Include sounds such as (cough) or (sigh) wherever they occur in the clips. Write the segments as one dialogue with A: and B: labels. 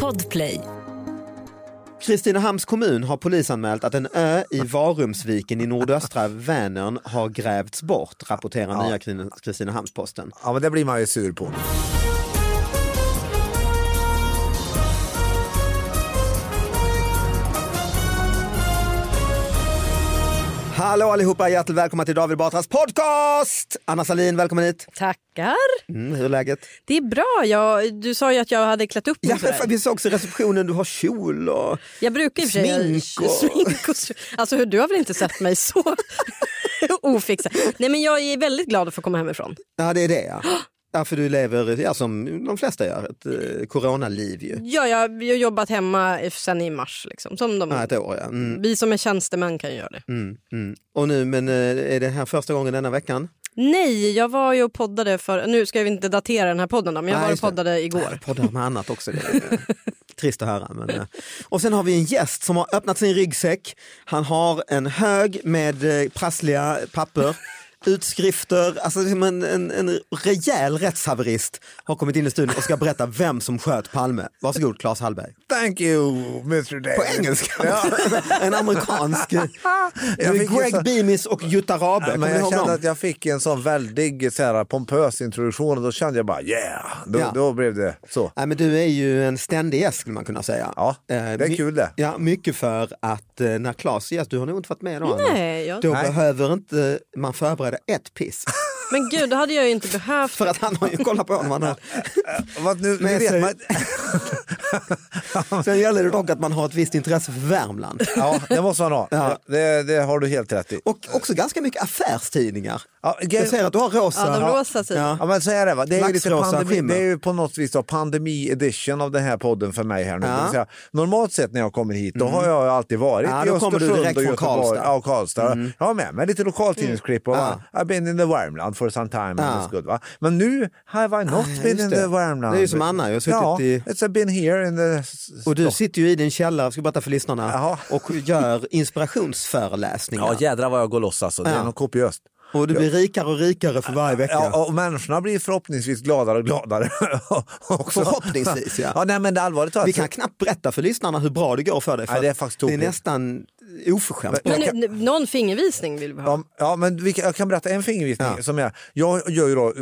A: Podplay.
B: Kristinehamns kommun har polisanmält att en ö i Varumsviken i nordöstra Vänern har grävts bort, rapporterar nya Krin- Kristinehamns-Posten.
C: Ja, men det blir man ju sur på.
B: Hallå allihopa, hjärtligt välkomna till David Batras podcast! Anna Salin, välkommen hit.
D: Tackar.
B: Mm, hur är läget?
D: Det är bra. Jag, du sa ju att jag hade klätt upp mig
B: Ja,
D: sådär.
B: vi såg också i receptionen, du har kjol och...
D: Jag brukar i och för sig...
B: Smink och-
D: Smink och... Alltså hur- du har väl inte sett mig så (laughs) ofixad? Nej men jag är väldigt glad att få komma hemifrån.
B: Ja, det är det (gasps) ja. Ja, för du lever, ja, som de flesta gör, ett eh, coronaliv ju.
D: Ja, jag jag har jobbat hemma i- sen i mars. Liksom, som de,
B: Ja, ett år ja. Mm,
D: Vi som är tjänstemän kan ju göra det.
B: mm, mm. Och nu, men eh, är det här första gången denna veckan?
D: Nej, jag var ju och poddade för... Nu ska vi inte datera den här podden då, men jag
B: Nej,
D: var och
B: just det.
D: poddade
B: (laughs)
D: igår.
B: Poddar med annat också. Det är, eh, Trist att höra. Men, eh. och sen har vi en gäst som har öppnat sin ryggsäck. Han har en hög med eh, prassliga papper, (laughs) utskrifter, alltså som en, en, en rejäl rättshaverist har kommit in i studion och ska berätta vem som sköt Palme. Varsågod Claes Hallberg.
C: Thank you, Mr Davis.
B: På engelska?
C: Eh, Ja.
B: (laughs) en amerikansk.
C: (laughs) Jag
B: Jag
C: fick
B: Greg
C: gissa-
B: Beamis och Jutta Rabe.
C: Men
B: Kommer ni
C: jag
B: ihåg
C: kände
B: dem?
C: att jag fick en sån väldig så här, pompös introduktion och då kände jag bara yeah. Då,
B: Ja.
C: då blev det så.
B: Nej, men du är ju en ständig gäst skulle man kunna säga.
C: Ja, det
B: Eh,
C: är
B: my-
C: kul det.
B: Ja, mycket för att eh, när Claes är gäst, du har nog inte varit med då Anna.
D: Nej, jag...
B: Då
C: Nej.
B: behöver inte man förbereda ett piss. (laughs)
D: Men gud, då hade jag ju inte behövt...
B: För att han har ju kollat på honom. Han har...
C: Vad, nu, nu
B: Men
C: vet
B: så-
C: man, (laughs)
B: Sen gäller det dock att man har ett visst intresse för Värmland.
C: ja, det måste man ha.
B: (laughs) Ja.
C: Det, det har du helt rätt i.
B: Och också ganska mycket affärstidningar.
C: Ja,
B: Jag ser att du har rosa.
D: Ja, de rosa sidorna.
C: Ja, men så är det, va? det, är ju lite
B: Laxrosa
C: pandemi,
B: skimmer.
C: det är ju på något vis då pandemi edition av den här podden för mig här nu.
B: Ja. Mm.
C: Det vill säga, normalt sett när jag kommer hit, då har jag ju alltid varit
B: Ja,
C: i
B: då kommer du
C: Östersund
B: direkt
C: och
B: från
C: Göteborg.
B: Karlstad. Mm.
C: Ja, och Karlstad. Jag har med mig lite lokaltidningsklipp och
B: Ja.
C: I've been in the Värmland for some time.
B: Ja.
C: and it's Good, va? Men nu have I not
B: Ja,
C: been
B: just
C: in
B: det.
C: the Värmland.
B: Det är ju som Anna, jag har suttit
C: ja,
B: i-
C: It's been here in the...
B: Och du sitter ju i din källare, ska jag berätta för lyssnarna,
C: Jaha.
B: och gör inspirationsföreläsningar.
C: Ja, jädrar vad jag går loss alltså. Det
B: Ja.
C: är något kopiöst.
B: Och du blir rikare och rikare för varje vecka.
C: Ja, och människorna blir förhoppningsvis gladare och gladare. (laughs) också.
B: Förhoppningsvis, ja.
C: ja nej, men det allvarligt talat
B: Vi
C: så-
B: kan knappt berätta för lyssnarna hur bra det går för dig. För
C: Alltså- Nej, det är
B: att
C: faktiskt
B: det är
C: tokigt.
B: nästan oförskämt.
C: Men-
D: Men
C: Jag
D: nu, någon fingervisning vill vi ha.
C: Ja, ja, men vi kan, jag kan berätta en fingervisning.
B: Ja.
C: Som jag, jag gör ju då eh,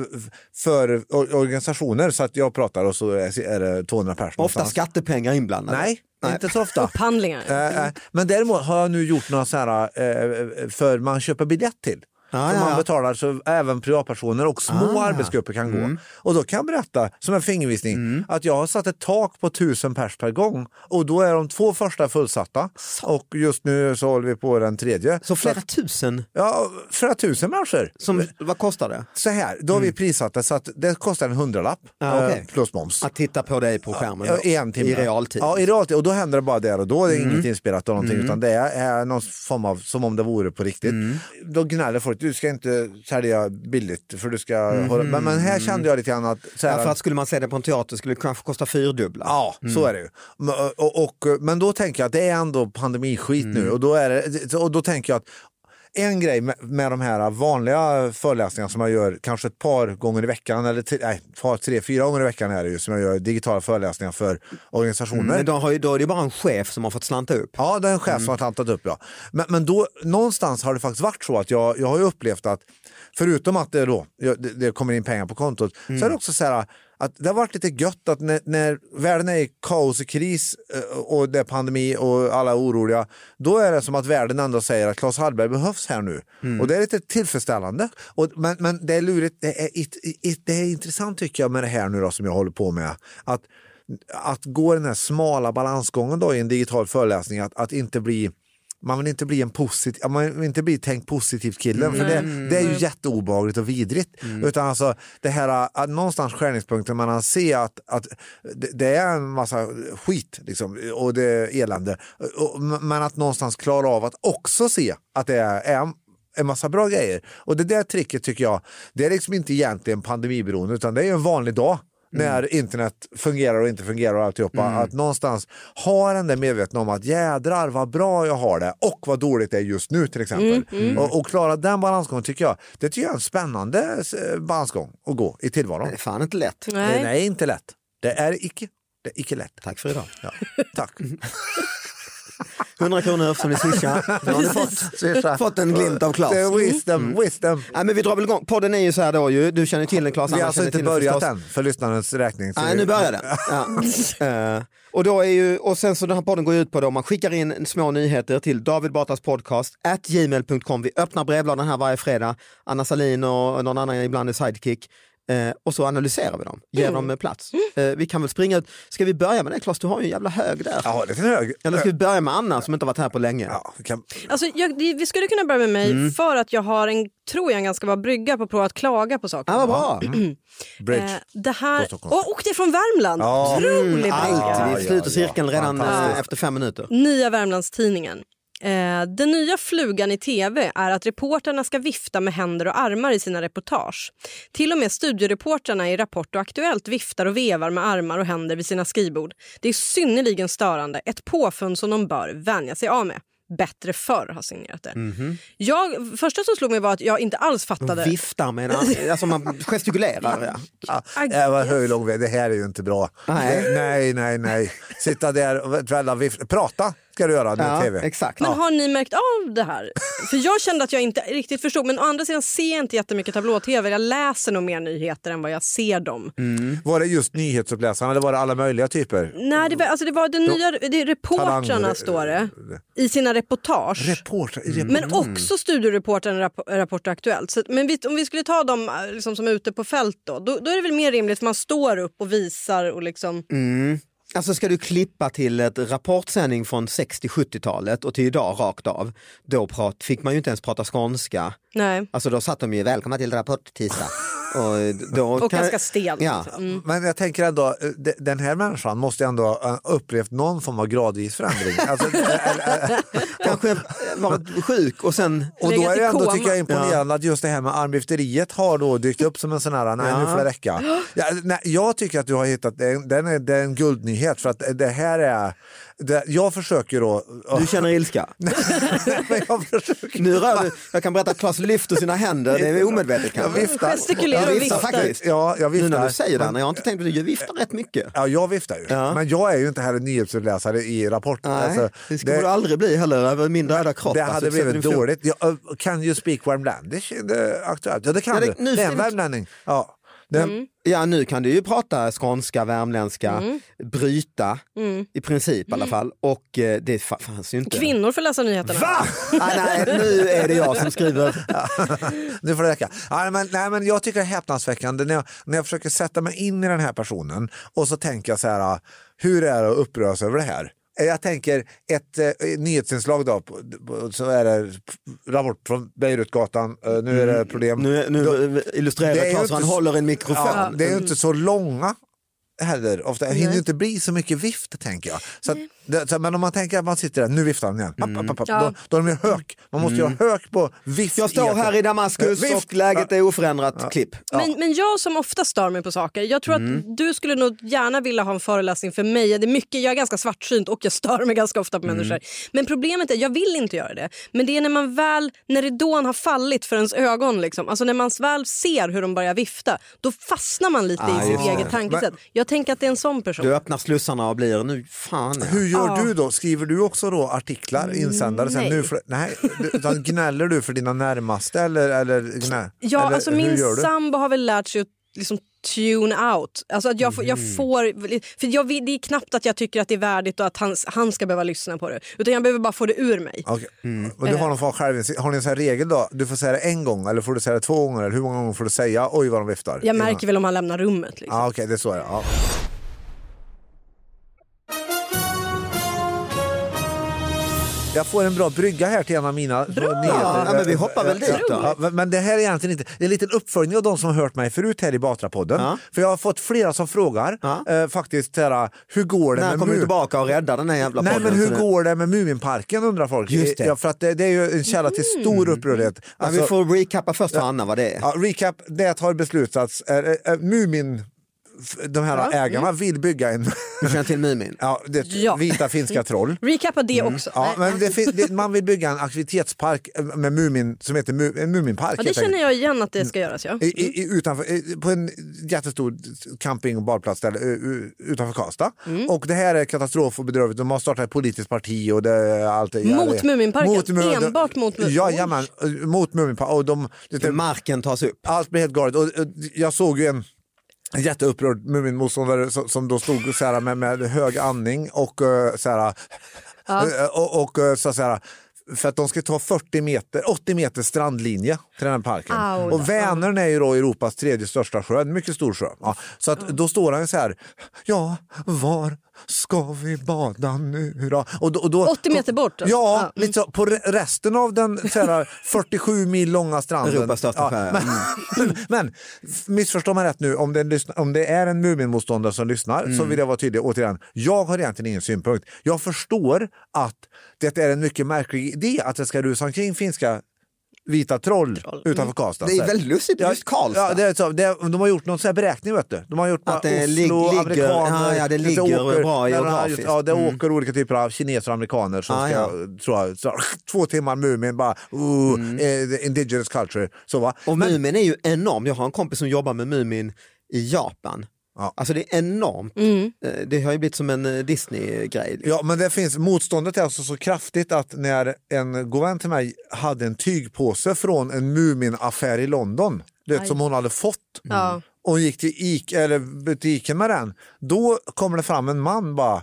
C: för or- organisationer så att jag pratar och så är det 200 personer.
B: Ofta skattepengar inblandade.
C: Nej, inte så
B: (laughs)
C: ofta.
D: Upphandlingar.
C: Eh, eh, Men däremot har jag nu gjort några så här eh, för man köper biljett till.
B: Ja,
C: som
B: ja, ja.
C: man betalar så även privatpersoner och små
B: Ah.
C: arbetsgrupper kan gå. Och då kan jag berätta som en fingervisning
B: Mm.
C: att jag har satt ett tak på tusen pers per gång och då är de två första fullsatta och just nu så håller vi på den tredje.
B: Så flera
C: att-
B: tusen,
C: Ja, flera tusen människor.
B: som, vad kostar det?
C: Så här, då har vi prissatt det så att det kostar en hundralapp
B: Mm. Ja,
C: eh,
B: okej.
C: plus moms.
B: Att titta på dig på skärmen
C: Ja,
B: då,
C: I en timme.
B: i realtid. Mm.
C: Ja, i realtid. Och då händer det bara där och då. Det är inget inspelat eller någonting utan det är någon form av, som om det vore på riktigt.
B: Mm.
C: Då gnäller folk, du ska inte sälja billigt för du ska
B: Mm.
C: hålla... Men, men här kände jag lite grann att... Så här,
B: Därför att skulle man se det på en teater skulle det kanske kosta fyrdubbla.
C: Ja, så är det ju. Men, och, och, men då tänker jag att det är ändå pandemiskit nu och då, är det, och då tänker jag att en grej med, med de här vanliga föreläsningarna som jag gör kanske ett par gånger i veckan eller tre, nej, ett par, tre, fyra gånger i veckan är det ju som jag gör digitala föreläsningar för organisationer.
B: Men då, har ju, då är det bara en chef som har fått slanta upp.
C: Ja, det är en chef som har tantat upp. Ja. Men, men då, någonstans har det faktiskt varit så att jag, jag har ju upplevt att förutom att det, då, ja, det, det kommer in pengar på kontot så är det också så här att det har varit lite gött att när, när världen är i kaos och kris eh, och det är pandemi och alla är oroliga, då är det som att världen ändå säger att Claes Hallberg behövs här nu. Och det är lite tillfredsställande. Och, men, men det är lurigt, det är, it, it, det är intressant tycker jag med det här nu då som jag håller på med. Att att gå den här smala balansgången då i en digital föreläsning, att, att inte bli man vill inte bli en positiv, man vill inte bli tänk positivt killen för det, det är ju jätteobehagligt och vidrigt. Utan alltså det här att någonstans skärningspunkten mellan se att, att det, det är en massa skit liksom, och det är elände. Och, men att någonstans klara av att också se att det är, är en massa bra grejer. Och det där tricket tycker jag, det är liksom inte egentligen pandemiberoende utan det är ju en vanlig dag
B: Mm.
C: när internet fungerar och inte fungerar och alltihopa. Att någonstans ha den där medveten om att jädrar vad bra jag har det och vad dåligt det är just nu till exempel.
B: Mm,
C: Och, och klara den balansgången tycker jag, det tycker jag är en spännande eh, balansgång att gå i tillvaron. Eh,
B: Det är fan inte lätt.
C: Nej,
D: Nej.
C: inte lätt. Det är icke. Det är icke lätt.
B: Tack för idag.
C: Ja.
B: (laughs)
C: Tack.
B: 100 kronor som ni
C: (laughs)
B: swishar. Nu har ni fått,
C: Swisha.
B: fått en glimt av Klas.
C: Det är wisdom,
B: Mm.
C: wisdom.
B: Nej, men vi drar väl igång. Podden är ju så här då ju. Du känner till den Klas.
C: Vi har
B: alla
C: alltså
B: känner
C: inte
B: till den
C: börjat
B: förstås.
C: än för lyssnarens räkning. så
B: Nej,
C: vi-
B: nu börjar den.
C: (laughs)
B: Ja. Eh, och, då är ju, och sen så den här podden går ut på då, man skickar in små nyheter till David Batras podcast at gmail.com. Vi öppnar brevlådan här varje fredag. Anna Salin och någon annan ibland är sidekick. Eh, och så analyserar vi dem, ger
C: Mm.
B: dem eh, plats. Eh, vi kan väl springa ut. Ska vi börja med det Claes? Du har ju en jävla hög där.
C: Ja, det är en hög.
B: Eller ska vi börja med Anna som inte har varit här på länge?
C: Ja, vi kan...
D: Alltså, jag, det- vi skulle kunna börja med mig
C: Mm.
D: för att jag har en, tror jag, en ganska bra brygga på att prova att klaga på saker.
C: Ah,
B: Ja, vad bra!
C: Mm. Bridge.
D: Eh, det här...
C: På Stockholm.
D: Åh, och det är från Värmland!
C: Ja. Mm.
D: Otrolig brygga!
B: Allt, vi sluter
C: ja.
B: cirkeln redan eh,
C: Fantastiskt.
B: efter fem minuter.
D: Nya Värmlandstidningen. Eh, den nya flugan i tv är att reporterna ska vifta med händer och armar i sina reportage. Till och med studioreporterna i Rapport och Aktuellt viftar och vevar med armar och händer vid sina skrivbord. Det är synnerligen störande, ett påfund som de bör vänja sig av med. Bättre förr har signerat det. Jag, första som slog mig var att jag inte alls fattade.
B: Viftar med en arm, alltså man gestikulerar.
C: (laughs)
B: Ja.
C: Ja, det var hur lång väg. Det här är ju inte bra.
B: Nej.
C: Det, nej, nej, nej. Sitta där och trälla vift. Prata ska du göra nu i
B: Ja,
C: tv.
B: exakt.
D: Men
B: Ja.
D: har ni märkt av det här? För jag kände att jag inte riktigt förstod. Men å andra sidan ser jag inte jättemycket tablå-tv. Jag läser nog mer nyheter än vad jag ser dem.
B: Mm.
C: Var det just nyhetsuppläsarna eller var det alla möjliga typer?
D: Nej, det var, alltså det var den nya, det är reportrarna
C: Talang-
D: står det i sina reportage.
C: Reporter.
D: men också studioreportern Rapp Rapport och Aktuellt. Så, att- men vi, om vi skulle ta dem eh, liksom, som är ute på fält då, då, då är det väl mer rimligt att man står upp och visar och liksom...
B: Alltså ska du klippa till ett rapportsändning från 60-70-talet och till idag rakt av, då prat, fick man ju inte ens prata skånska.
D: Nej.
B: Alltså då satt de ju välkomna till Rapport tisdag. Och, då
D: (laughs) Och ganska stel.
B: Ja.
C: Men jag tänker ändå, eh, de- den här människan måste ändå ha upplevt någon form av gradvis förändring. Alltså, eh, eh, eh,
B: Kanske varit sjuk och sen...
C: och då
D: Legat
C: är
D: i
C: det ändå
D: koma.
C: tycker jag imponerande att just det här med armvifteriet har då dykt upp som en sån här, nej nu får det räcka. Ja, nej, jag tycker att du har hittat, den, den, är, det är en guldnyhet för att det här är, det, jag försöker då, (laughs)
B: Du känner ilska?
C: men jag försöker
B: Nu rör du, jag kan berätta att Klas lyfter sina händer, det är omedvetet
C: Jag
B: kanske.
C: viftar.
D: Gestikulerar
B: Jag
D: och
B: viftar
D: viftar.
B: faktiskt.
C: Ja, jag
B: Nu
C: viftar.
B: när du säger det, Anna, jag har inte tänkt på det, du viftar rätt mycket.
C: Ja, jag viftar ju.
B: Ja.
C: Men jag är ju inte här en nyhetsuppläsare i Rapport.
B: Nej,
C: Alltså,
B: det skulle du
C: det,
B: aldrig bli heller över min döda kropp.
C: det
B: Alltså,
C: hade
B: du sätter
C: blivit
B: din fot-
C: dåligt. Jag, äh, kan ju speak värmländish? Är Det aktuellt. Ja, det kan
B: Ja, det-
C: du.
B: nu
C: det är en
B: finns-
C: värmlänning. Ja. Det,
B: Ja, nu kan du ju prata skånska, värmländska, bryta i princip i alla fall. Och eh, det fa- fanns ju inte.
D: Kvinnor får läsa nyheterna.
B: Va? Ah, nej, nu är det jag som skriver.
C: (laughs) Nu får det räcka. Nej, men, nej, men jag tycker det är häpnadsväckande när jag, när jag försöker sätta mig in i den här personen och så tänker jag så här, hur är det att uppröras över det här? Eh, Jag tänker ett eh, nyhetsinslag då, på- på- så är det Rapport från Beirutgatan, eh, nu är det problem.
B: Mm, Nu, nu
C: det är
B: illustrerar
C: ju
B: Claes hur han
C: inte så-
B: håller en mikrofon.
C: Ja, det är ju inte så långa heller. Ofta det hinner ju inte bli så mycket vift tänker jag. Så att, det, så, men om man tänker att man sitter där, nu viftar han igen. App, app, app, app.
D: Ja.
C: Då, då är de ju hök. Man måste ju ha hök på vift.
B: Mm. Jag står
C: ett-
B: här i Damaskus
C: Eh, vift.
B: och läget är oförändrat. Klipp.
D: Men, men jag som ofta stör mig på saker, jag tror
B: Mm.
D: att du skulle nog gärna vilja ha en föreläsning för mig. Det är mycket, jag är ganska svartsynt och jag stör mig ganska ofta på
B: Mm.
D: människor. Men problemet är, jag vill inte göra det. Men det är när man väl, när ridån har fallit för ens ögon, liksom. alltså när man väl ser hur de börjar vifta, då fastnar man lite
B: Ah,
D: i sitt
B: just det.
D: eget tankesätt. Jag tänker att det är en sån person.
B: Du öppnar slussarna och blir nu fan. Ja.
C: Hur gör
D: Ja.
C: du då? Skriver du också då artiklar, insändare? Sen
D: nej.
C: nu för, nej. Utan gnäller du för dina närmaste eller, eller gnä,
D: Ja,
C: eller
D: alltså
C: hur
D: min
C: gör du?
D: sambo har väl lärt sig att liksom tune out. Alltså att jag, får,
C: Mm.
D: jag får, för jag, vill- det är knappt att jag tycker att det är värdigt och att han, han ska behöva lyssna på det. Utan jag behöver bara få det ur mig.
C: Okej. Men du har, någon form av självinsikt. har ni en sån här regel då? Du får säga det en gång eller får du säga det två gånger? Eller hur många gånger får du säga oj vad de viftar?
D: Jag märker väl om han lämnar rummet. Liksom.
C: Ah, Okej, det är så det är. ja. Jag får en bra brygga här till en av mina bra. nyheter.
B: Ja, men vi hoppar väl dit då.
C: Ja, men- men det här är egentligen inte, det är en liten uppföljning av de som har hört mig förut här i Batrapodden.
B: Ja.
C: För jag har fått flera som frågar
B: Ja.
C: eh, faktiskt, så här, hur går det
B: När
C: med
B: kommer du
C: mu-
B: tillbaka och räddar den här jävla
C: Nej
B: podden?
C: men hur
B: Så det-
C: går det med Muminparken undrar folk.
B: Just det. Mm.
C: Ja, för att det, det är ju en källa till stor upprördhet.
B: Ja,
C: Alltså-
B: vi får recappa först för Anna vad det är.
C: Ja, recap, det har beslutats. Är, är, är, Mumin f- de här ägarna vill bygga en...
B: Du känner till Mumin?
C: ja, det,
D: Ja.
C: Vita finska troll.
D: Recappa det också.
C: Mm. Ja, men det, fin- det, man vill bygga en aktivitetspark eh, med Mumin, som heter Mu, en Muminpark.
D: Ja, det
C: helt enkelt.
D: känner jag igen att det ska göras. Ja.
C: Mm. I, i, i- utanför, i- på en jättestor camping och badplats där, u- u- utanför Karlstad.
D: Mm.
C: Och det här är katastrof och bedrövligt. De har startat ett politiskt parti och det är allt det
D: Mot Muminparken?
C: Mu-
D: Enbart mot Mu-
C: Jajamän, mot Muminparken. Och de, det,
B: Marken tas upp.
C: allt blir helt galet. Och, och, jag såg ju en en jätteupprörd Muminmotståndare som, som då stod så här med, med hög andning och eh, så här, eh, och, och eh, sa så här för att de ska ta 40 meter, 80 meter strandlinje till den här parken.
D: Au då.
C: Och Vänern är ju då Europas tredje största sjö, en mycket stor sjö. Ja, så att då står han ju så här, ja, var ska vi bada nu då? Och då, och då
D: 80 meter bort, alltså.
C: Ja,
D: Ja.
C: lite så, på re- resten av den
B: (laughs)
C: så här, 47 mil långa stranden.
B: Europas största sjö, ja.
C: men, men, men missförstå mig rätt nu, om det, är en lyssna- om det är en Muminmotståndare som lyssnar
B: Mm.
C: så vill jag vara tydlig återigen. Jag har egentligen ingen synpunkt. Jag förstår att det är en mycket märklig idé att det ska rusa omkring finska vita troll, utanför Karlstad.
B: Mm. Det är väldigt lustigt, det är just Karlstad.
C: Ja, det är så, det, är- de har gjort någon sån här beräkning vet du. De har gjort
B: Att det
C: bara
B: lig- ligger-
C: amerikaner, Alltså,
B: ja, ja, det ligger bra
C: ja,
B: geografiskt. Mm.
C: Ja, det åker olika typer av kineser och amerikaner som
B: Ah,
C: ska,
B: ja.
C: tror jag, så, (laughs) två timmar Mumin bara, ooh,
B: Mm.
C: eh, the indigenous culture. Så, va?
B: Och Mumin är ju enorm. Jag har en kompis som jobbar med Mumin i Japan.
C: Ja.
B: Alltså det är enormt.
D: Mm.
C: Mm.
B: Eh, Det har ju blivit som en eh, Disney-grej.
C: Ja, men det finns, motståndet är alltså så kraftigt att när en god vän till mig hade en tygpåse från en Mumin-affär i London, du vet, som hon hade fått,
D: Ja.
C: och hon gick till Ica, eller butiken med den, då kommer det fram en man bara,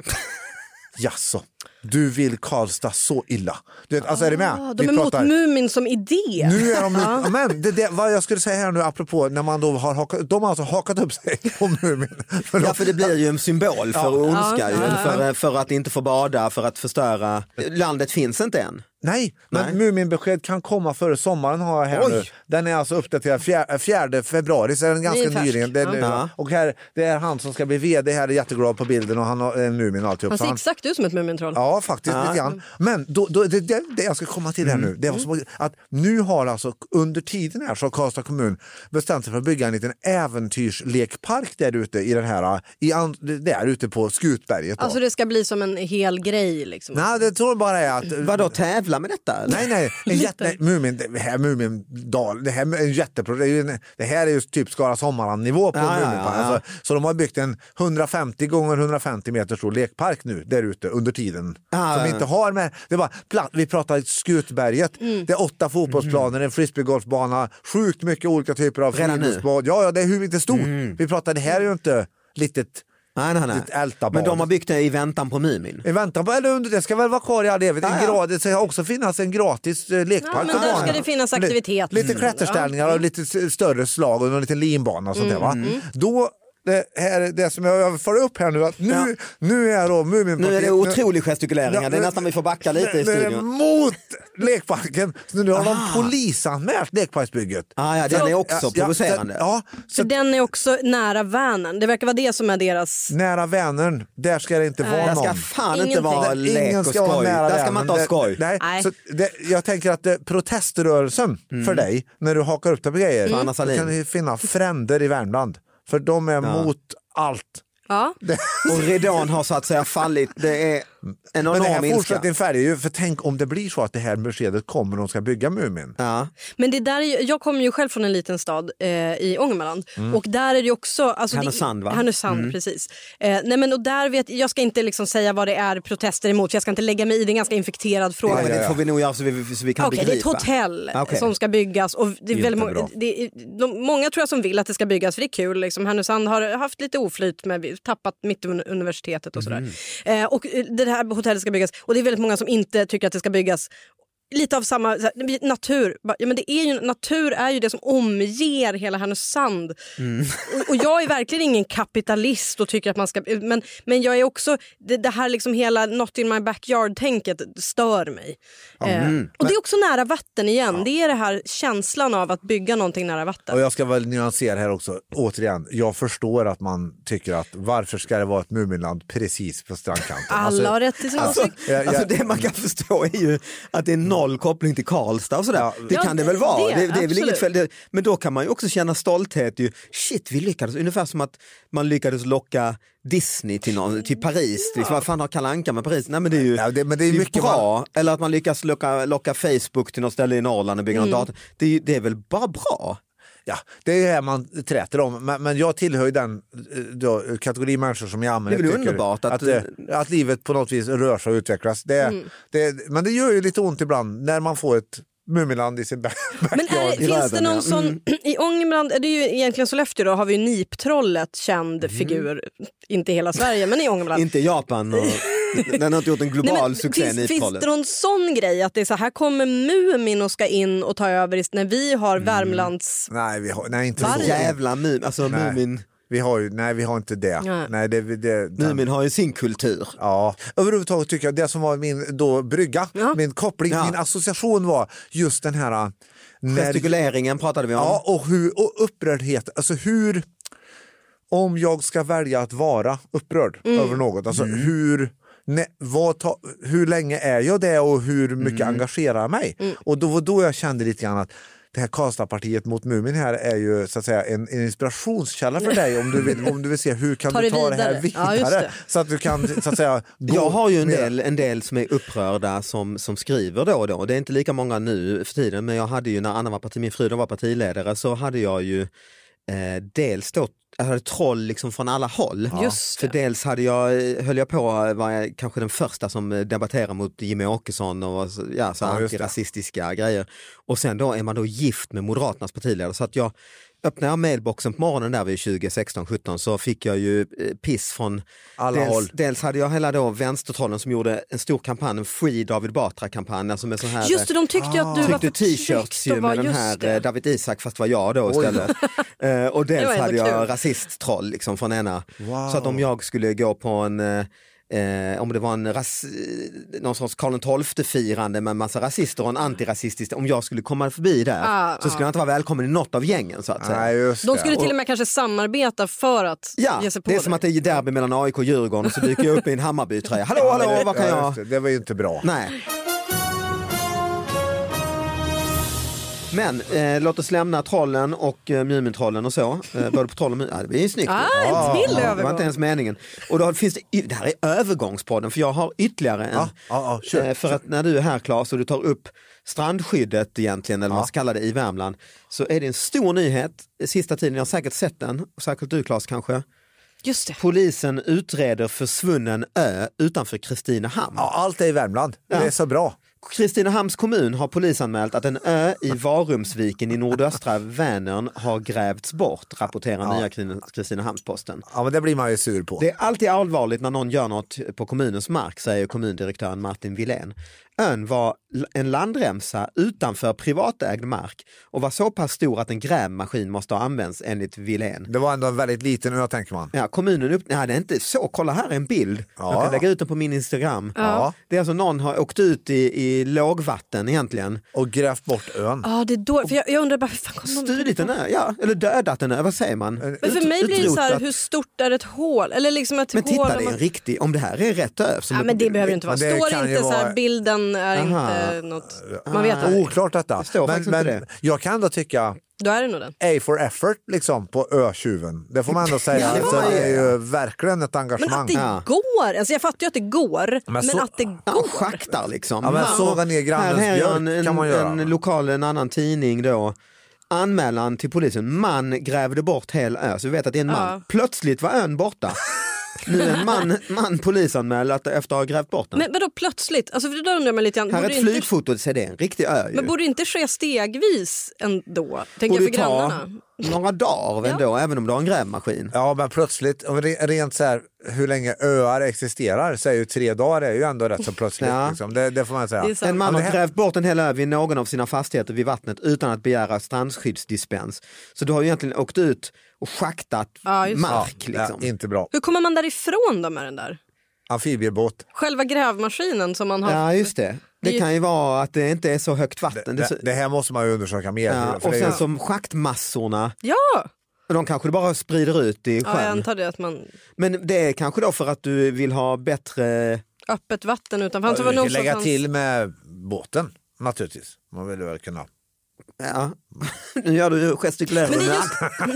C: jaså, du vill Karlstad så illa? Du vet, alltså, är du med?
D: Ah,
C: Vi
D: de är mot
C: pratar-
D: Mumin som idé.
C: nu är de ut... Men det, det, vad jag skulle säga här nu apropå när man då har hakat, de har alltså hakat upp sig på Mumin. För
B: Ja, för det blir ju en symbol för ondska, ju.
D: Ja, ja, ja.
B: För, eh, för att inte få bada, för att förstöra. Landet finns inte än.
C: Nej, men
B: Nej.
C: Muminbesked kan komma före sommaren har jag här
B: Oj.
C: nu. Den är alltså uppdaterad 4 februari, så är den ganska
D: Ny färsk.
C: nyligen. Det är, nu.
B: Ja.
C: Och här, det är han som ska bli vd här, är jätteglad på bilden och han har en Mumin och alltihop.
D: Han
C: så
D: ser exakt ut som ett Mumintroll.
C: Ja, faktiskt lite grann. Men då, då, det, det, det jag ska komma till här nu, det var som, att nu har alltså under tiden här så har Karlstad kommun bestämt sig för att bygga en liten äventyrslekpark där ute i den här, i, an- där ute på Skutberget. Då.
D: Alltså det ska bli som en hel grej liksom.
C: Nej, det tror jag bara är att
B: Vadå, tävla med detta? eller?
C: Nej, nej, en jätte, nej, Mumin, det här Mumindal, det här är en jättepro, det, är ju en, det här är ju typ Skara Sommarland-nivå på
B: Ja, ja,
C: Muminparken.
B: ja, ja.
C: Alltså, så de har byggt en 150 gånger 150 meter stor lekpark nu där ute under tiden.
B: Ja,
C: som
B: ja, ja.
C: inte har med, det är bara platt, vi pratar Skutberget,
B: Mm.
C: det är åtta fotbollsplaner, en frisbeegolfbana, sjukt mycket olika typer av
B: Redan nu? Mm.
C: friluftsbad. Ja, ja, det är hur inte stort. Vi pratar, det här är ju inte litet
B: Nej, nej, nej.
C: Ditt ältabad.
B: Men de har byggt det i väntan på Mumin.
C: i väntan på, eller under, det ska väl vara kvar i all evighet. En
B: Ja, ja.
C: grad, det ska också finnas en gratis eh, lekpark.
D: Ja, men
C: för
D: där
C: barnen.
D: ska det finnas
C: Li-
D: aktiviteter.
C: Lite
D: Mm.
C: klätterställningar och lite s- större slag och en liten linbana. Och sånt där, va?
D: Mm.
C: Då, det, här, är det som jag för upp här nu, att nu,
B: Ja.
C: nu är då Muminpartiet...
B: Nu är det otrolig gestikulering,
C: Ja,
B: här. det är
C: nu-
B: nästan vi får backa lite i
C: nu är det
B: studion.
C: mot lekparken. Så nu har
B: Ah.
C: de polisanmält lekparksbygget.
B: Ah, ja, den är också
C: ja,
B: provocerande.
C: Ja,
D: För
C: så
D: den är också nära Vänern. Det verkar vara det som är deras...
C: nära Vänern, där ska det inte vara
B: Där
C: någon.
B: ska fan inte
D: Ingenting.
B: vara
C: Där
B: lek
C: ingen
B: och
C: ska vara
B: skoj.
C: nära
B: Där ska man
C: vännen.
B: inte ha skoj.
C: Det, nej.
D: Nej.
C: Så det, jag tänker att eh, proteströrelsen
B: Mm.
C: för dig, när du hakar upp dig på grejer,
B: Anna
C: då
B: Sahlin.
C: kan du finna fränder i Värmland. För de är mot allt.
D: Ja.
B: Och ridån har så att säga fallit. Det är en
C: Men det
B: enorm
C: här
B: ilska.
C: fortsättningen färgar ju, för tänk om det blir så att det här beskedet kommer och de ska bygga Mumin.
B: Ja.
D: Men det där är ju, jag kommer ju själv från en liten stad eh, i Ångermanland och där är det ju också... Alltså,
B: Mm. Härnösand,
D: det,
B: va? Mm.
D: Härnösand, precis. Eh, nej, men, och där vet, jag ska inte liksom säga vad det är protester emot, för jag ska inte lägga mig i, det är en ganska infekterad
B: Ja,
D: fråga.
B: men det får vi nog göra så vi, så vi kan
D: Okej, det är ett
B: begripa. Ah,
D: hotell
B: Okej.
D: som ska byggas. Och det är
C: Inte
D: väldigt
C: bra.
D: många, det är, de, många tror jag som vill att det ska byggas för det är kul. Liksom. Härnösand har haft lite oflyt med, vi har tappat Mittuniversitetet och
B: Mhm.
D: sådär. Eh, och eh, det här hotellet ska byggas och det är väldigt många som inte tycker att det ska byggas. Lite av samma, så här, vi- natur. Bara, Ja, men det är ju, natur är ju det som omger hela Härnösand. Och, och jag är verkligen ingen kapitalist och tycker att man ska... Men, men jag är också, det, det här liksom hela not in my backyard-tänket stör mig. Eh, och det är också nära vatten igen. Det är det här känslan av att bygga någonting nära vatten.
C: Och jag ska väl nyansera här också, återigen, jag förstår att man tycker att varför ska det vara ett Muminland precis på strandkanten?
D: Alla
C: Alltså,
D: har rätt till sin åsikt.
C: jag- jag-
B: Alltså det man kan förstå är ju att det är någon noll koppling till Karlstad och sådär.
C: Ja.
B: Det
D: Ja,
B: kan det väl vara,
D: det,
B: det, det, är väl
D: absolut.
B: inget fel. Det, men då kan man ju också känna stolthet. Ju. Shit, vi lyckades. Ungefär som att man lyckades locka Disney till, någon, till Paris. Liksom, vad fan har Kalle Anka med Paris? Nej men det är ju
C: Ja, det- men det är
B: ju
C: mycket
B: bra. Eller att man lyckas locka, locka Facebook till något ställe i Norrland och bygga
D: Mm.
B: något dator. Det, är ju- det är väl bara bra?
C: Ja, det är det här man träter om. Men, men jag tillhör ju den eh, då, kategori människor som i
B: Det
C: allmänhet
B: är väl
C: tycker
B: underbart att-
C: att, eh, att livet på något vis rör sig och utvecklas. Det,
D: Mm.
C: det, men det gör ju lite ont ibland när man får ett Mumiland i sin (laughs) back-
D: Men
C: backyard.
D: är,
B: i
D: finns det
B: världen, ja.
D: någon sån, (clears throat) i Ångermanland, det är ju egentligen Sollefteå då, har vi ju niptrollet känd figur, inte i hela Sverige men i Ångermanland.
B: Inte
D: (laughs)
B: Japan och den har inte gjort en global
D: Nej, men
B: succé
D: finns, finns
B: Niptrollen.
D: det någon sån grej att det är så här kommer Mumin och ska in och ta över i- när vi har
B: Mm.
D: Värmlands...
C: Nej, vi har, nej, inte
D: Varg.
C: så.
B: Jävla Mumin, alltså
C: Nej.
B: Mumin,
C: Vi har ju, nej, vi har inte det.
D: Nej.
C: Nej. det, det, den-
B: Mumin har ju sin kultur.
C: Ja, överhuvudtaget tycker jag det som var min då brygga,
D: Ja.
C: min koppling,
B: Ja.
C: min association var just den här eh, när
B: Gestikuleringen pratade vi om.
C: Ja, och, hur, och upprördhet. Alltså hur, om jag ska välja att vara upprörd
D: Mm.
C: över något, alltså hur, ne, vad ta, hur länge är jag det och hur mycket
D: Mm.
C: engagerar jag mig? Och då var då jag kände lite grann att det här Karlstadpartiet mot Mumin här är ju så att säga en, en
D: (laughs)
C: inspirationskälla för dig om du vill, om du vill se hur kan
D: Ta
C: du
D: det
C: ta det här
D: vidare. Ja,
C: vidare
D: just det.
C: så att du kan så
D: (laughs)
C: att säga gå
B: Jag har ju en
C: mer.
B: del, en del som är upprörda som, som skriver då och då. Det är inte lika många nu för tiden men jag hade ju när Anna var parti, min fru då var partiledare så hade jag ju eh, dels då jag hade troll liksom från alla håll.
D: Just
B: För
D: det.
B: dels hade jag, eh, höll jag på, var jag kanske den första som eh, debatterade mot Jimmy Åkesson och var så- ja, så
C: Ja, just det.
B: antirasistiska grejer. Och sen då är man då gift med Moderaternas partiledare så att jag öppnade jag mailboxen på morgonen där vid 2016 17 så fick jag ju eh, piss från
C: Alla
B: dels,
C: håll.
B: dels hade jag hela då vänstertrollen som gjorde en stor kampanj, en Free David Batra-kampanj. Alltså med sån här,
D: Just det, de tyckte ju att du var
B: tryckte Ah. t-shirts
D: förtryckt
B: ju
D: och var
B: med den
D: just
B: här eh,
D: det.
B: David Isak fast var jag
D: (laughs)
B: då istället. Eh, och
D: Det var
B: dels
D: ändå
B: hade jag
D: kul.
B: rasisttroll liksom från ena.
C: Wow.
B: Så att om jag skulle gå på en eh, Eh, om det var en ras- eh, någon sorts Karl XII-firande med en massa rasister och en antirasistisk, om jag skulle komma förbi där
D: Ah,
B: så skulle jag inte vara välkommen i något av gängen. Så att säga.
C: Nej, just
D: De
C: det.
D: skulle till och med kanske samarbeta för att
B: Ja,
D: ge sig på
B: det är som att det är derby mellan AIK och Djurgården och så dyker jag upp i en Hammarby-tröja. Hallå,
C: Ja,
B: hallå,
C: det-
B: vad kan
C: ja,
B: jag?
C: just Det, det var ju inte bra.
B: Nej. Men eh, låt oss lämna trollen och eh, Mumintrollen och så. Eh, både på troll och Mumin. Ja, det blir ju snyggt.
D: Ah, en till
B: Det var
D: övergång.
B: inte ens meningen. Och då finns det, y- det här är övergångspodden för jag har ytterligare en.
C: Ja, ja, ja, kör,
B: Eh, för att när du är här Claes och du tar upp strandskyddet egentligen, eller vad man ska kalla det i Värmland, så är det en stor nyhet sista tiden. Jag har säkert sett den, och särskilt du Claes kanske.
D: Just det.
B: Polisen utreder försvunnen ö utanför Kristinehamn.
C: Ja, allt är i Värmland. Det är så bra.
B: Kristinehamns kommun har polisanmält att en ö i Varumsviken i nordöstra Vänern har grävts bort, rapporterar nya Krin- Kristinehamns-Posten.
C: Ja, men det blir man ju sur på.
B: Det är alltid allvarligt när någon gör något på kommunens mark, säger kommundirektören Martin Wilén. Ön var l- en landremsa utanför privatägd mark och var så pass stor att en grävmaskin måste ha använts enligt Wilén.
C: Det var ändå en väldigt liten ö tänker man.
B: Ja, kommunen upp... Nej, det är inte så. Kolla här är en bild. Jag
C: Ja.
B: kan lägga ut den på min Instagram.
C: Ja.
B: Det är alltså någon har åkt ut i, i lågvatten egentligen.
C: Och grävt bort ön.
D: Ja, det är då, för jag, jag undrar bara, hur fan kom de
B: Stulit den ö, ja. Eller dödat den ö, vad säger man?
D: Men för mig blir det så här,
B: utrotat.
D: hur stort är ett hål? Eller liksom ett
B: Men
D: hål
B: titta,
D: om
B: det är
D: man-
B: en riktig, om det här är rätt ö. som
D: Ja,
B: är-
D: men det behöver ju inte vara.
C: Men det
D: Står
C: kan ju
D: inte så här,
C: vara-
D: bilden är
B: Aha. Ah.
D: inte något. Man vet
B: Nej.
D: inte.
C: Oklart detta.
B: står faktiskt inte det.
C: jag kan ändå tycka
D: Då är det nog den.
C: A for effort liksom på ötjuven. Det får man ändå säga.
B: (laughs) Ja, det får
C: Så
B: man
C: det är
B: göra.
C: ju verkligen ett
D: Men
C: engagemang.
D: att det
B: Ja.
D: går! Alltså jag fattar ju att det går, men,
C: så-
D: att det
B: Ja,
D: går.
B: schaktar liksom.
C: Ja, men
B: Här-
C: såga ner grannens
B: här är en,
C: björk
B: en,
C: kan man göra.
B: en lokal, en annan tidning då. Anmälan till polisen, man grävde bort hel ö, så vi vet att det är en man.
D: Ja.
B: Plötsligt var
D: (laughs)
B: ön borta. Nu är en man, man polisanmäld att- efter att ha grävt bort den.
D: Men, men då plötsligt, alltså för då undrar man lite grann.
B: Här är
D: Borde
B: ett
D: det inte,
B: flygfoto, se det är en riktig ö ju.
D: men borde det inte ske stegvis ändå? Tänker jag
B: Borde
D: för
B: ta
D: grannarna.
B: några dagar ändå, även om du har en grävmaskin.
C: Ja men plötsligt, om re- rent så här hur länge öar existerar så är ju tre dagar är ju ändå rätt så plötsligt.
B: Ja.
C: Liksom. Det, det får man
D: Det är
C: säga.
D: sant.
B: En man
C: Ja,
B: har
C: det här-
B: grävt bort en hel ö vid någon av sina fastigheter vid vattnet utan att begära strandskyddsdispens. Så du har ju egentligen åkt ut och schaktat
D: Ja, just det.
B: mark.
C: Ja,
B: Liksom.
C: inte bra.
D: Hur kommer man därifrån då med den där?
C: Amfibiebåt.
D: Själva grävmaskinen som man har.
B: Ja, just det.
D: Det är
B: Det
D: ju-
B: kan ju vara att det inte är så högt vatten. Det, är så-
C: Det, det här måste man ju undersöka mer.
B: ja,
C: för
B: och
C: det är
B: sen
C: ju-
B: som schaktmassorna,
D: Ja.
B: de kanske bara sprider ut i
D: ja, jag
B: sjön.
D: antar det att man...
B: Men det är kanske då för att du vill ha bättre
D: Öppet vatten utanför. Alltså, Han
C: Du
D: var
C: kan
D: nog
C: lägga
D: hans...
C: till med båten. naturligtvis. Man vill väl kunna...
B: Ja. (laughs) Nu gör du gestikulerar.
D: Men det är, just,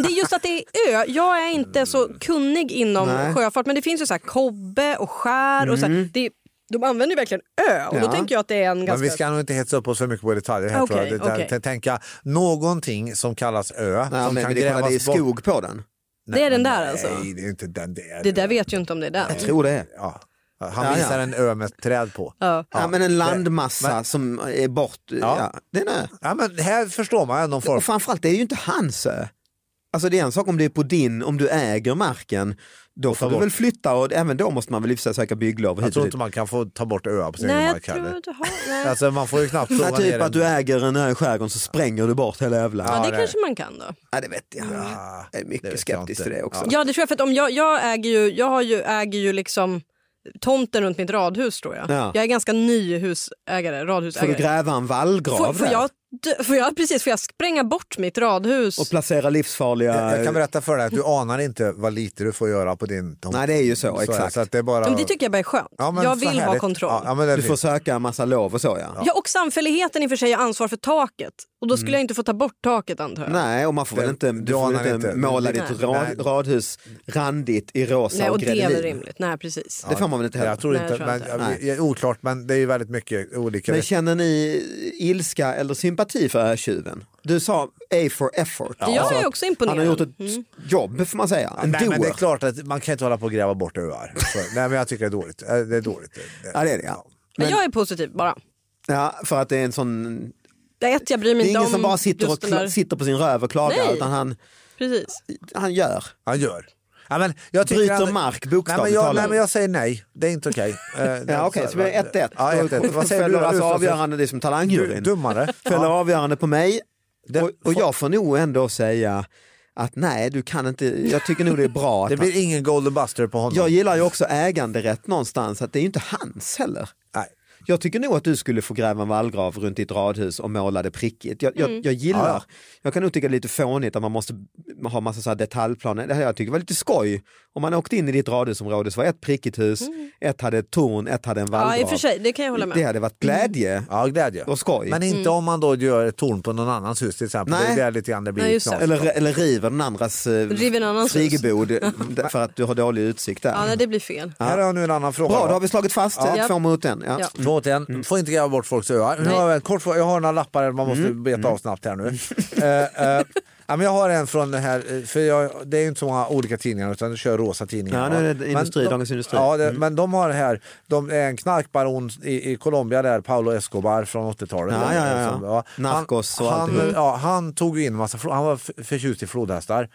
D: det är just att det är ö. Jag är inte så kunnig inom
B: Mm. Nej. Mm.
D: sjöfart men det finns ju så här kobbe och skär. Och så här, det, de använder ju verkligen ö och
B: Ja.
D: då tänker jag att det är en
C: Men vi
D: ganska...
C: ska nog inte hetsa upp oss för mycket på detaljer här tror jag.
D: Okej,
C: Det där,
D: okej.
C: t- Tänka någonting som kallas ö,
B: Ja,
C: som
B: men
C: kan
B: det, kolla, det är
C: grävas bort.
B: skog på den.
D: Det är den där alltså?
C: Nej, det är inte den. Det är
D: Det där vet ju inte om det är den.
B: Jag tror det. Är.
C: Ja. Han
B: Ja, ja.
C: visar en ö med ett träd på.
D: Ja.
B: Ja, men en landmassa som är bort. Ja. det är en ö.
C: Ja, men här förstår man någon form.
B: Och framförallt, det är ju inte hans ö. Alltså det är en sak om det är på din, om du äger marken, då får du
C: bort.
B: väl flytta och även då måste man väl i och för sig söka bygglov. och
C: Jag
B: hit och
C: tror
B: dit.
C: inte man kan få ta bort öar på sin egen
D: Nej, jag
C: mark
D: tror
C: heller.
D: du har... Nej.
C: Alltså, man får ju knappt
B: Ja,
C: såga ner
B: typ
C: en-
B: att du äger en ö i skärgården så spränger du bort hela jävla...
D: Ja,
B: Ja.
D: det
C: det-
D: kanske man kan då.
B: det vet jag.
C: Ja,
B: Jag är
C: det
B: mycket
C: vet
B: skeptisk
C: jag
B: till
C: inte.
B: det också.
D: Ja, det tror jag. För att om jag, jag, äger ju, jag har ju, äger ju liksom tomten runt mitt radhus tror jag.
B: Ja.
D: Jag är ganska ny husägare,
B: Får du
D: radhusägare.
B: gräva en vallgrav
D: får, får,
B: där
D: jag, dö- får jag, precis, får jag spränga bort mitt radhus?
B: och placera livsfarliga...
C: Jag, jag kan berätta för dig att du anar inte vad lite du får göra på din tomt.
B: Nej det är ju så,
C: Så är det,
B: exakt.
C: Så att det är bara...
D: Men det tycker jag bara är skönt.
C: Ja, men
D: jag
C: så
D: vill ha
C: härligt.
D: kontroll.
C: Ja,
D: Ja,
C: ja, men det är
B: Du får
C: fint.
B: söka en massa lov och så ja. Mm.
D: och samfälligheten i och för sig har ansvar för taket. Och då skulle jag inte få ta bort taket antar jag.
B: Nej, och man får väl
C: Det-
B: inte, du
C: du
B: får väl
C: anar
B: inte,
C: inte.
B: måla
D: Nej.
B: ditt rad,
C: Nej.
B: radhus randigt i rosa
D: Nej, och
B: och
D: det är väl
B: gredelin.
D: rimligt. Nej, precis.
B: Det får man väl inte heller.
C: Jag tror
D: Nej,
C: inte,
D: jag tror
C: men,
D: inte.
C: jag- jag- oklart men det är ju väldigt mycket olika.
B: Men känner ni ilska eller sympati för ötjuven? Du sa A for effort. Alltså
D: Ja. Jag är också imponerad. Mm.
B: Han har gjort ett jobb får man säga, en
C: Nej, men det är
B: doer.
C: klart att man kan inte hålla på och gräva bort öar.
B: (laughs)
C: Så, Alltså, nej men jag tycker det är dåligt. Eh, Det är dåligt. Det-
B: Ja, det är det, ja.
D: Men, jag är positiv bara.
B: ja, för att det är en sån...
D: Det är ett, jag bryr mig inte
B: Det är ingen
D: om
B: som bara sitter, och
D: just den
B: kla-
D: där-
B: sitter på sin röv och klagar
D: Nej.
B: utan han,
D: Precis.
B: han gör.
C: Han gör. Ja, men jag tycker
B: Bryter
C: han-
B: mark
C: Nej men,
B: bokstavligt
C: jag, nej
B: talat.
C: men jag säger nej, det är
B: (laughs)
C: inte okej. Eh, det är
B: Ja, Okej,
C: här,
B: så blir
C: va?
B: det 1-1.
C: Ja, 1-1. Vad säger du?
B: Fäller alltså
C: Rufus?
B: avgörande det är som
C: Du-
B: talangjuryn.
C: Dummare.
B: (laughs) Fäller
C: Ja.
B: avgörande på mig
C: Det-
B: och, och jag får nog ändå säga att nej, du kan inte, jag tycker nog det är bra. Att
C: (laughs) Det
B: han,
C: blir ingen Golden Buster på honom.
B: jag gillar ju också äganderätt någonstans, att det är ju inte hans heller.
C: Nej.
B: Jag tycker nog att du skulle få gräva en vallgrav runt ditt radhus och måla det prickigt. Jag,
D: Mm.
B: jag, jag gillar,
C: Ja,
B: jag kan nog tycka det är lite fånigt att man måste ha massa så här detaljplaner. Det här jag tycker var lite skoj. Om man åkte in i ditt radhusområde så var ett prickigt hus, ett hade ett torn, ett hade en
D: Mm. Ja,
B: vallgrav.
D: i och för sig. Det kan jag hålla med. Mm.
B: Det hade varit glädje
C: Ja, glädje.
B: och skoj.
C: Men inte om man då gör ett torn på någon annans hus till exempel.
B: Nej.
C: Det är där lite grann det blir
D: Nej, just det.
C: knas.
B: Eller, eller river den andras eh,
D: River en annans hus. (laughs)
B: friggebod d- för att du har dålig utsikt där.
D: Ja, nej, det blir fel.
C: Här har jag nu en annan fråga.
B: Bra,
C: då.
B: då har vi slagit fast
D: Ja.
B: ja. två mot en. Ja. Mm.
D: Ja.
C: Två till en. Får inte gräva bort folks öar. Nu
D: Nej.
C: har jag, en kort fråga. jag har några lappar man måste
B: Mm.
C: beta av snabbt här nu.
B: (laughs)
C: Eh, eh, ja, men jag har en från den här, eh, för jag, det är ju inte så många olika tidningar utan du kör rosa tidningar.
B: Ja,
C: va?
B: nu är det Industri,
C: Men
B: Dagens Industri. Mm.
C: Ja, det, men de har här, de är en knarkbaron i, i Colombia där, Paolo Escobar från 80-talet.
B: Ja, ja, ja, ja.
C: Som-
B: Narcos och
C: han,
B: alltihop.
C: han, ja, han tog ju in massa, flo- han var f- förtjust i flodhästar.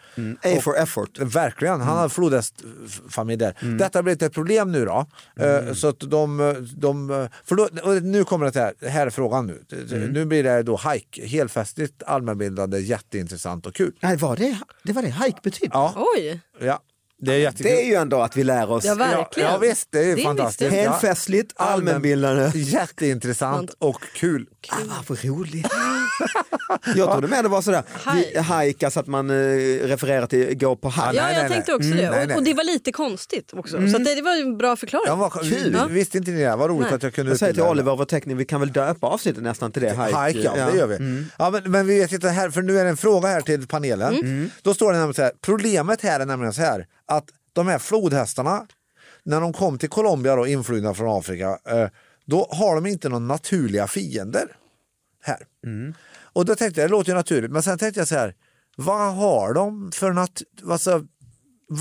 B: A for effort.
C: Verkligen, han har flodhästfamilj där.
B: Mm.
C: Detta har blivit ett problem nu då. Eh, Så att de, de för då, och nu kommer det här, här är frågan nu.
B: Mm.
C: Nu blir det då hajk, helfestligt, allmänbildande, jätteintressant och kul.
B: Nej, var det, det var det hajk betyder.
C: Ja,
D: Oj!
C: ja det är jättekul.
B: Det är ju ändå att vi lär oss.
D: Ja,
C: ja,
D: verkligen.
C: ja visst, det är ju
D: Det
C: fantastiskt.
D: visste jag.
C: Ja.
B: Helfestligt,
C: Allmän-
B: allmänbildande. (laughs)
C: Jätteintressant och kul.
B: Ah, vad roligt. (laughs) Jag trodde med det var sådär,
D: Hajk.
B: vi- hajk, alltså att man eh, refererar till gå på hajk.
D: Ja,
C: nej,
D: jag
C: nej,
D: tänkte
C: nej.
D: också
C: Mm,
D: det.
C: nej,
D: Och,
C: nej. Mm.
D: och det var lite konstigt också. Så att det, det var ju en bra förklaring.
C: Jag var,
B: Kul.
C: Visste inte ni det? Vad roligt
D: Nej.
C: att jag kunde
B: Jag säger till
C: utbilda er.
B: Oliver, vår tekniker, vi kan väl döpa avsnittet nästan till det.
C: Hike, ja, Mm. det gör vi. Ja, men, men vi vet inte här, för nu är det en fråga här till panelen. Då står det nämligen så här, problemet här är nämligen så här att de här flodhästarna, när de kom till Colombia då, influgna från Afrika, eh, då har de inte några naturliga fiender här. Och då tänkte jag, det låter ju naturligt, men sen tänkte jag så här, vad har de för nat... Alltså,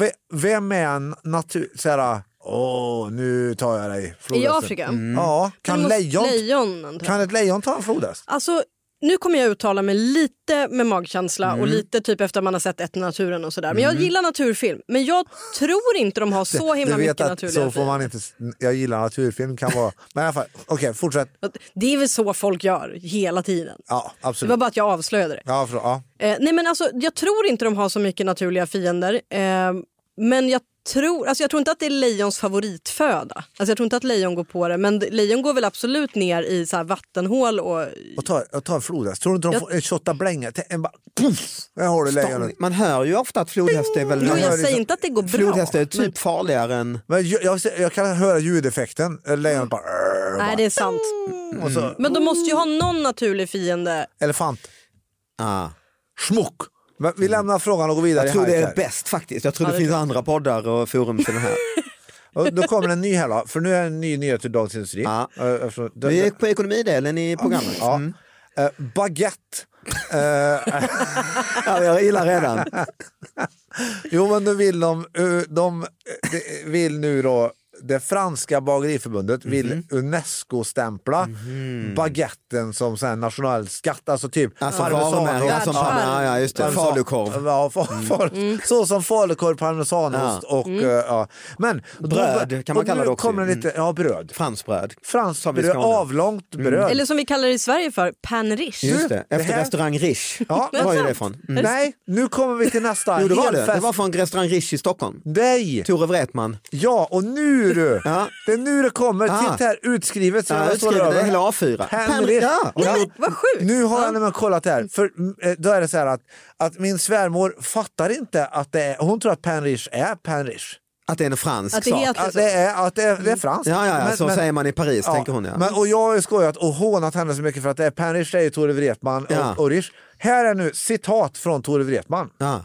C: ve- vem är en natur... Så här, åh, nu tar jag dig.
D: I
C: flodhästen."
D: Afrika.
C: Ja, kan
D: Men det måste-
C: lejon,
D: lejon antar jag.
C: kan ett lejon ta en flodhäst?
D: Alltså, nu kommer jag uttala mig lite med magkänsla och
C: Mm.
D: lite typ efter man har sett Ett i naturen och sådär. Men jag gillar naturfilm. Men jag tror inte de har så himla
C: du vet
D: mycket
C: att
D: naturliga
C: så får
D: fiender.
C: man inte, jag gillar naturfilm kan vara, men i alla fall, okej fortsätt.
D: Det är väl så folk gör hela tiden.
C: Ja,
D: Det
C: absolut.
D: var bara att jag avslöjade det.
C: Ja, för, ja.
D: Eh, nej men alltså, jag tror inte de har så mycket naturliga fiender. Eh, men jag tror, alltså jag tror inte att det är lejons favoritföda. Alltså jag tror inte att lejon går på det. Men d- lejon går väl absolut ner i så här vattenhål och...
C: Och ta, och ta en flodhäst, tror du inte de får en tjottablängare? Tänk, En bara, puff, jag har det lejonet.
B: Man hör ju ofta att flodhäst är väl...
D: Jo,
C: hör
D: jag
C: det
D: säger
C: som-
D: inte att det går bra.
B: typ Flodhästar är typ farligare än...
C: Men jag, jag, jag kan höra ljudeffekten, lejonet bara, och
D: Mm. Nej, det är sant.
C: bara, Mm, och
B: Mm.
C: så,
D: Men de måste ju ha någon naturlig fiende.
C: elefant,
B: Ah.
C: schmuck. Men vi lämnar frågan och går vidare
B: Jag tror
C: i
B: det är
C: hajkar.
B: bäst faktiskt. Jag tror
D: Ja,
B: det
D: det
B: finns andra poddar och forum till den
C: (laughs)
B: här.
C: Och då kommer en ny här då, för nu är en ny nyhet ur Dagens Industri.
B: Ja.
C: Eh, eftersom- den-
B: Vi är på ekonomidelen i programmet.
C: ja.
B: Mm.
C: Eh, baguette. Eh,
B: Ja, jag gillar redan.
C: jo men nu vill de, eh, de eh, det vill nu då, det franska bageriförbundet vill
B: Mhm.
C: UNESCO-stämpla baguetten som så här nationell skatt, alltså typ
B: Alltså
C: parmesan-
B: varumärken Mhm. som
D: Ja.
B: panna, ja just det,
C: Parmesan-
B: falukorv. Mm.
C: Ja, fa- fa- Så som falukorv, parmesanost och... eh, ja. Men,
B: Bröd kan man
C: och
B: kalla
C: nu
B: det också. Mm.
C: Kommer en lite, ja, bröd.
B: Fransbröd.
C: Franskt
B: Som i
C: bröd,
B: Skåne.
C: avlångt
B: Mm.
C: bröd.
D: Eller som vi kallar det i Sverige för, panrish.
B: Just det,
C: det
B: efter
C: här-
B: restaurang Rish.
C: (laughs) Ja.
B: Var är det ifrån? Mm.
C: Nej, nu kommer vi till nästa.
B: Jo det var det,
C: Elfest.
B: det var från restaurang Rish i Stockholm.
C: Nej!
B: Tore Wretman.
C: Ja, och nu du!
B: (laughs) Ja.
C: Det är nu det kommer.
B: Ah.
C: Titta här, utskrivet. så
B: Ja,
C: jag står
B: utskrivet, det
C: över.
B: är hela A4.
C: Henrik.
B: Ja,
C: Ja.
D: Nej, vad sjukt!
C: Nu har
D: Ja.
C: jag nämligen kollat här. För, mm, eh, då är det så här att, att min svärmor fattar inte att det är, hon tror att Panrish är Panrish.
B: Att det är en fransk
D: Att det
B: sak.
D: heter-
C: Att det är, att det är, det är franskt.
B: Ja, ja, ja,
C: Men-
B: så
C: men-
B: säger man i Paris,
C: Ja,
B: tänker hon ja.
C: Men, och jag har ju skojat och hånat henne så mycket för att det är Panrish, det är ju Tore Wretman
B: Ja.
C: och, och Rish. Här är nu citat från Tore Wretman.
B: ja.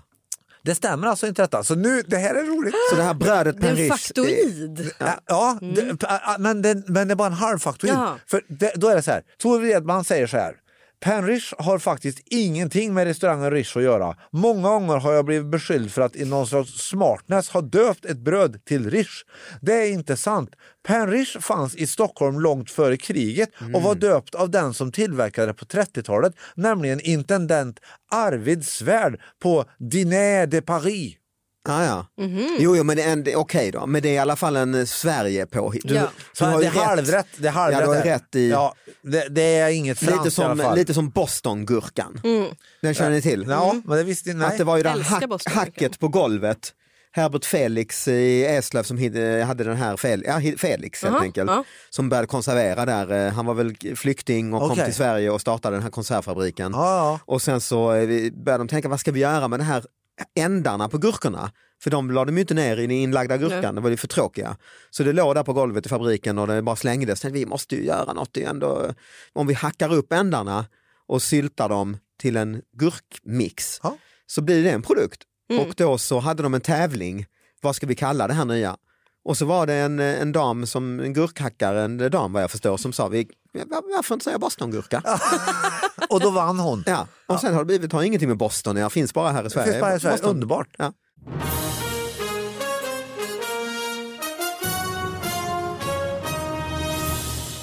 C: Det stämmer alltså inte detta. Så nu, det här är roligt.
B: Så det här brödet
D: Det är en
B: Panrish, det,
D: faktoid.
C: Ja, ja det, p- a- men, det, men det är bara en halv faktoid.
D: Jaha.
C: För det, då är det så här, Tore Wredman säger så här. Panrish har faktiskt ingenting med restaurangen Rish att göra. Många gånger har jag blivit beskylld för att i någon slags smartness ha döpt ett bröd till Rish. Det är inte sant. Panrish fanns i Stockholm långt före kriget och var döpt av den som tillverkade det på 30-talet, nämligen intendent Arvid Svärd på Diner de Paris.
B: ja, ja.
D: Mhm.
B: Jo, jo men det är en- det är okej då, men det är i alla fall en eh, Sverige på. Du,
D: Ja.
B: du
C: Så
B: har
C: det
B: ju
C: är halvrätt. Det är halvrätt.
B: Ja, du har
C: där.
B: rätt i-
C: Ja, det, det är inget franskt
B: Lite
C: i alla
B: som,
C: fall.
B: lite som Bostongurkan.
D: Mm.
B: Den känner ni till?
C: Ja, men det visste
B: Att det var ju det här
D: Älskar
B: hack,
D: Bostongurkan.
B: hacket på golvet. Herbert Felix i Eslöv som hid- hade den här Fel, ja, hi- Felix helt
D: Jaha,
B: enkelt.
D: ja.
B: Som började konservera där. Eh, Han var väl flykting och kom
C: Okej.
B: till Sverige och startade den här konservfabriken.
C: Ja,
B: Och sen så eh, vi- började de tänka, vad ska vi göra med de här ändarna på gurkorna? För de la de ju inte ner i den inlagda gurkan,
D: Nej.
B: de var ju för tråkiga. Så det låg där på golvet i fabriken och det bara slängdes. Tänkte, vi måste ju göra något igen då. Om vi hackar upp ändarna och syltar dem till en gurkmix
C: Ja.
B: så blir det en produkt. Och då så hade de en tävling, vad ska vi kalla det här nya? Och så var det en, eh, en dam, som, en gurkhackare, en dam vad jag förstår, som sa, vi, var- varför inte säga bostongurka?
C: ja. Och då vann hon.
B: Ja, och sen har det blivit, har ingenting med Boston jag finns bara här i Sverige.
C: finns bara i Sverige.
B: Boston.
C: Underbart.
B: Ja.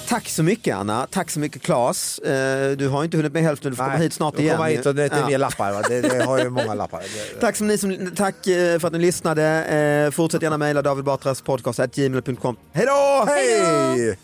B: Tack så mycket Anna, tack så mycket Claes. Eh, Du har inte hunnit med hälften, du får komma hit snart
C: jag
B: igen.
C: kommer hit och det är inte
B: Ja.
C: mer lappar. Va? Det, det har ju många lappar. Det-
B: Tack, som ni som, tack eh, för att ni lyssnade. Eh, Fortsätt gärna mejla David Batras podcast at gmail.com. Hej då!
C: Hej!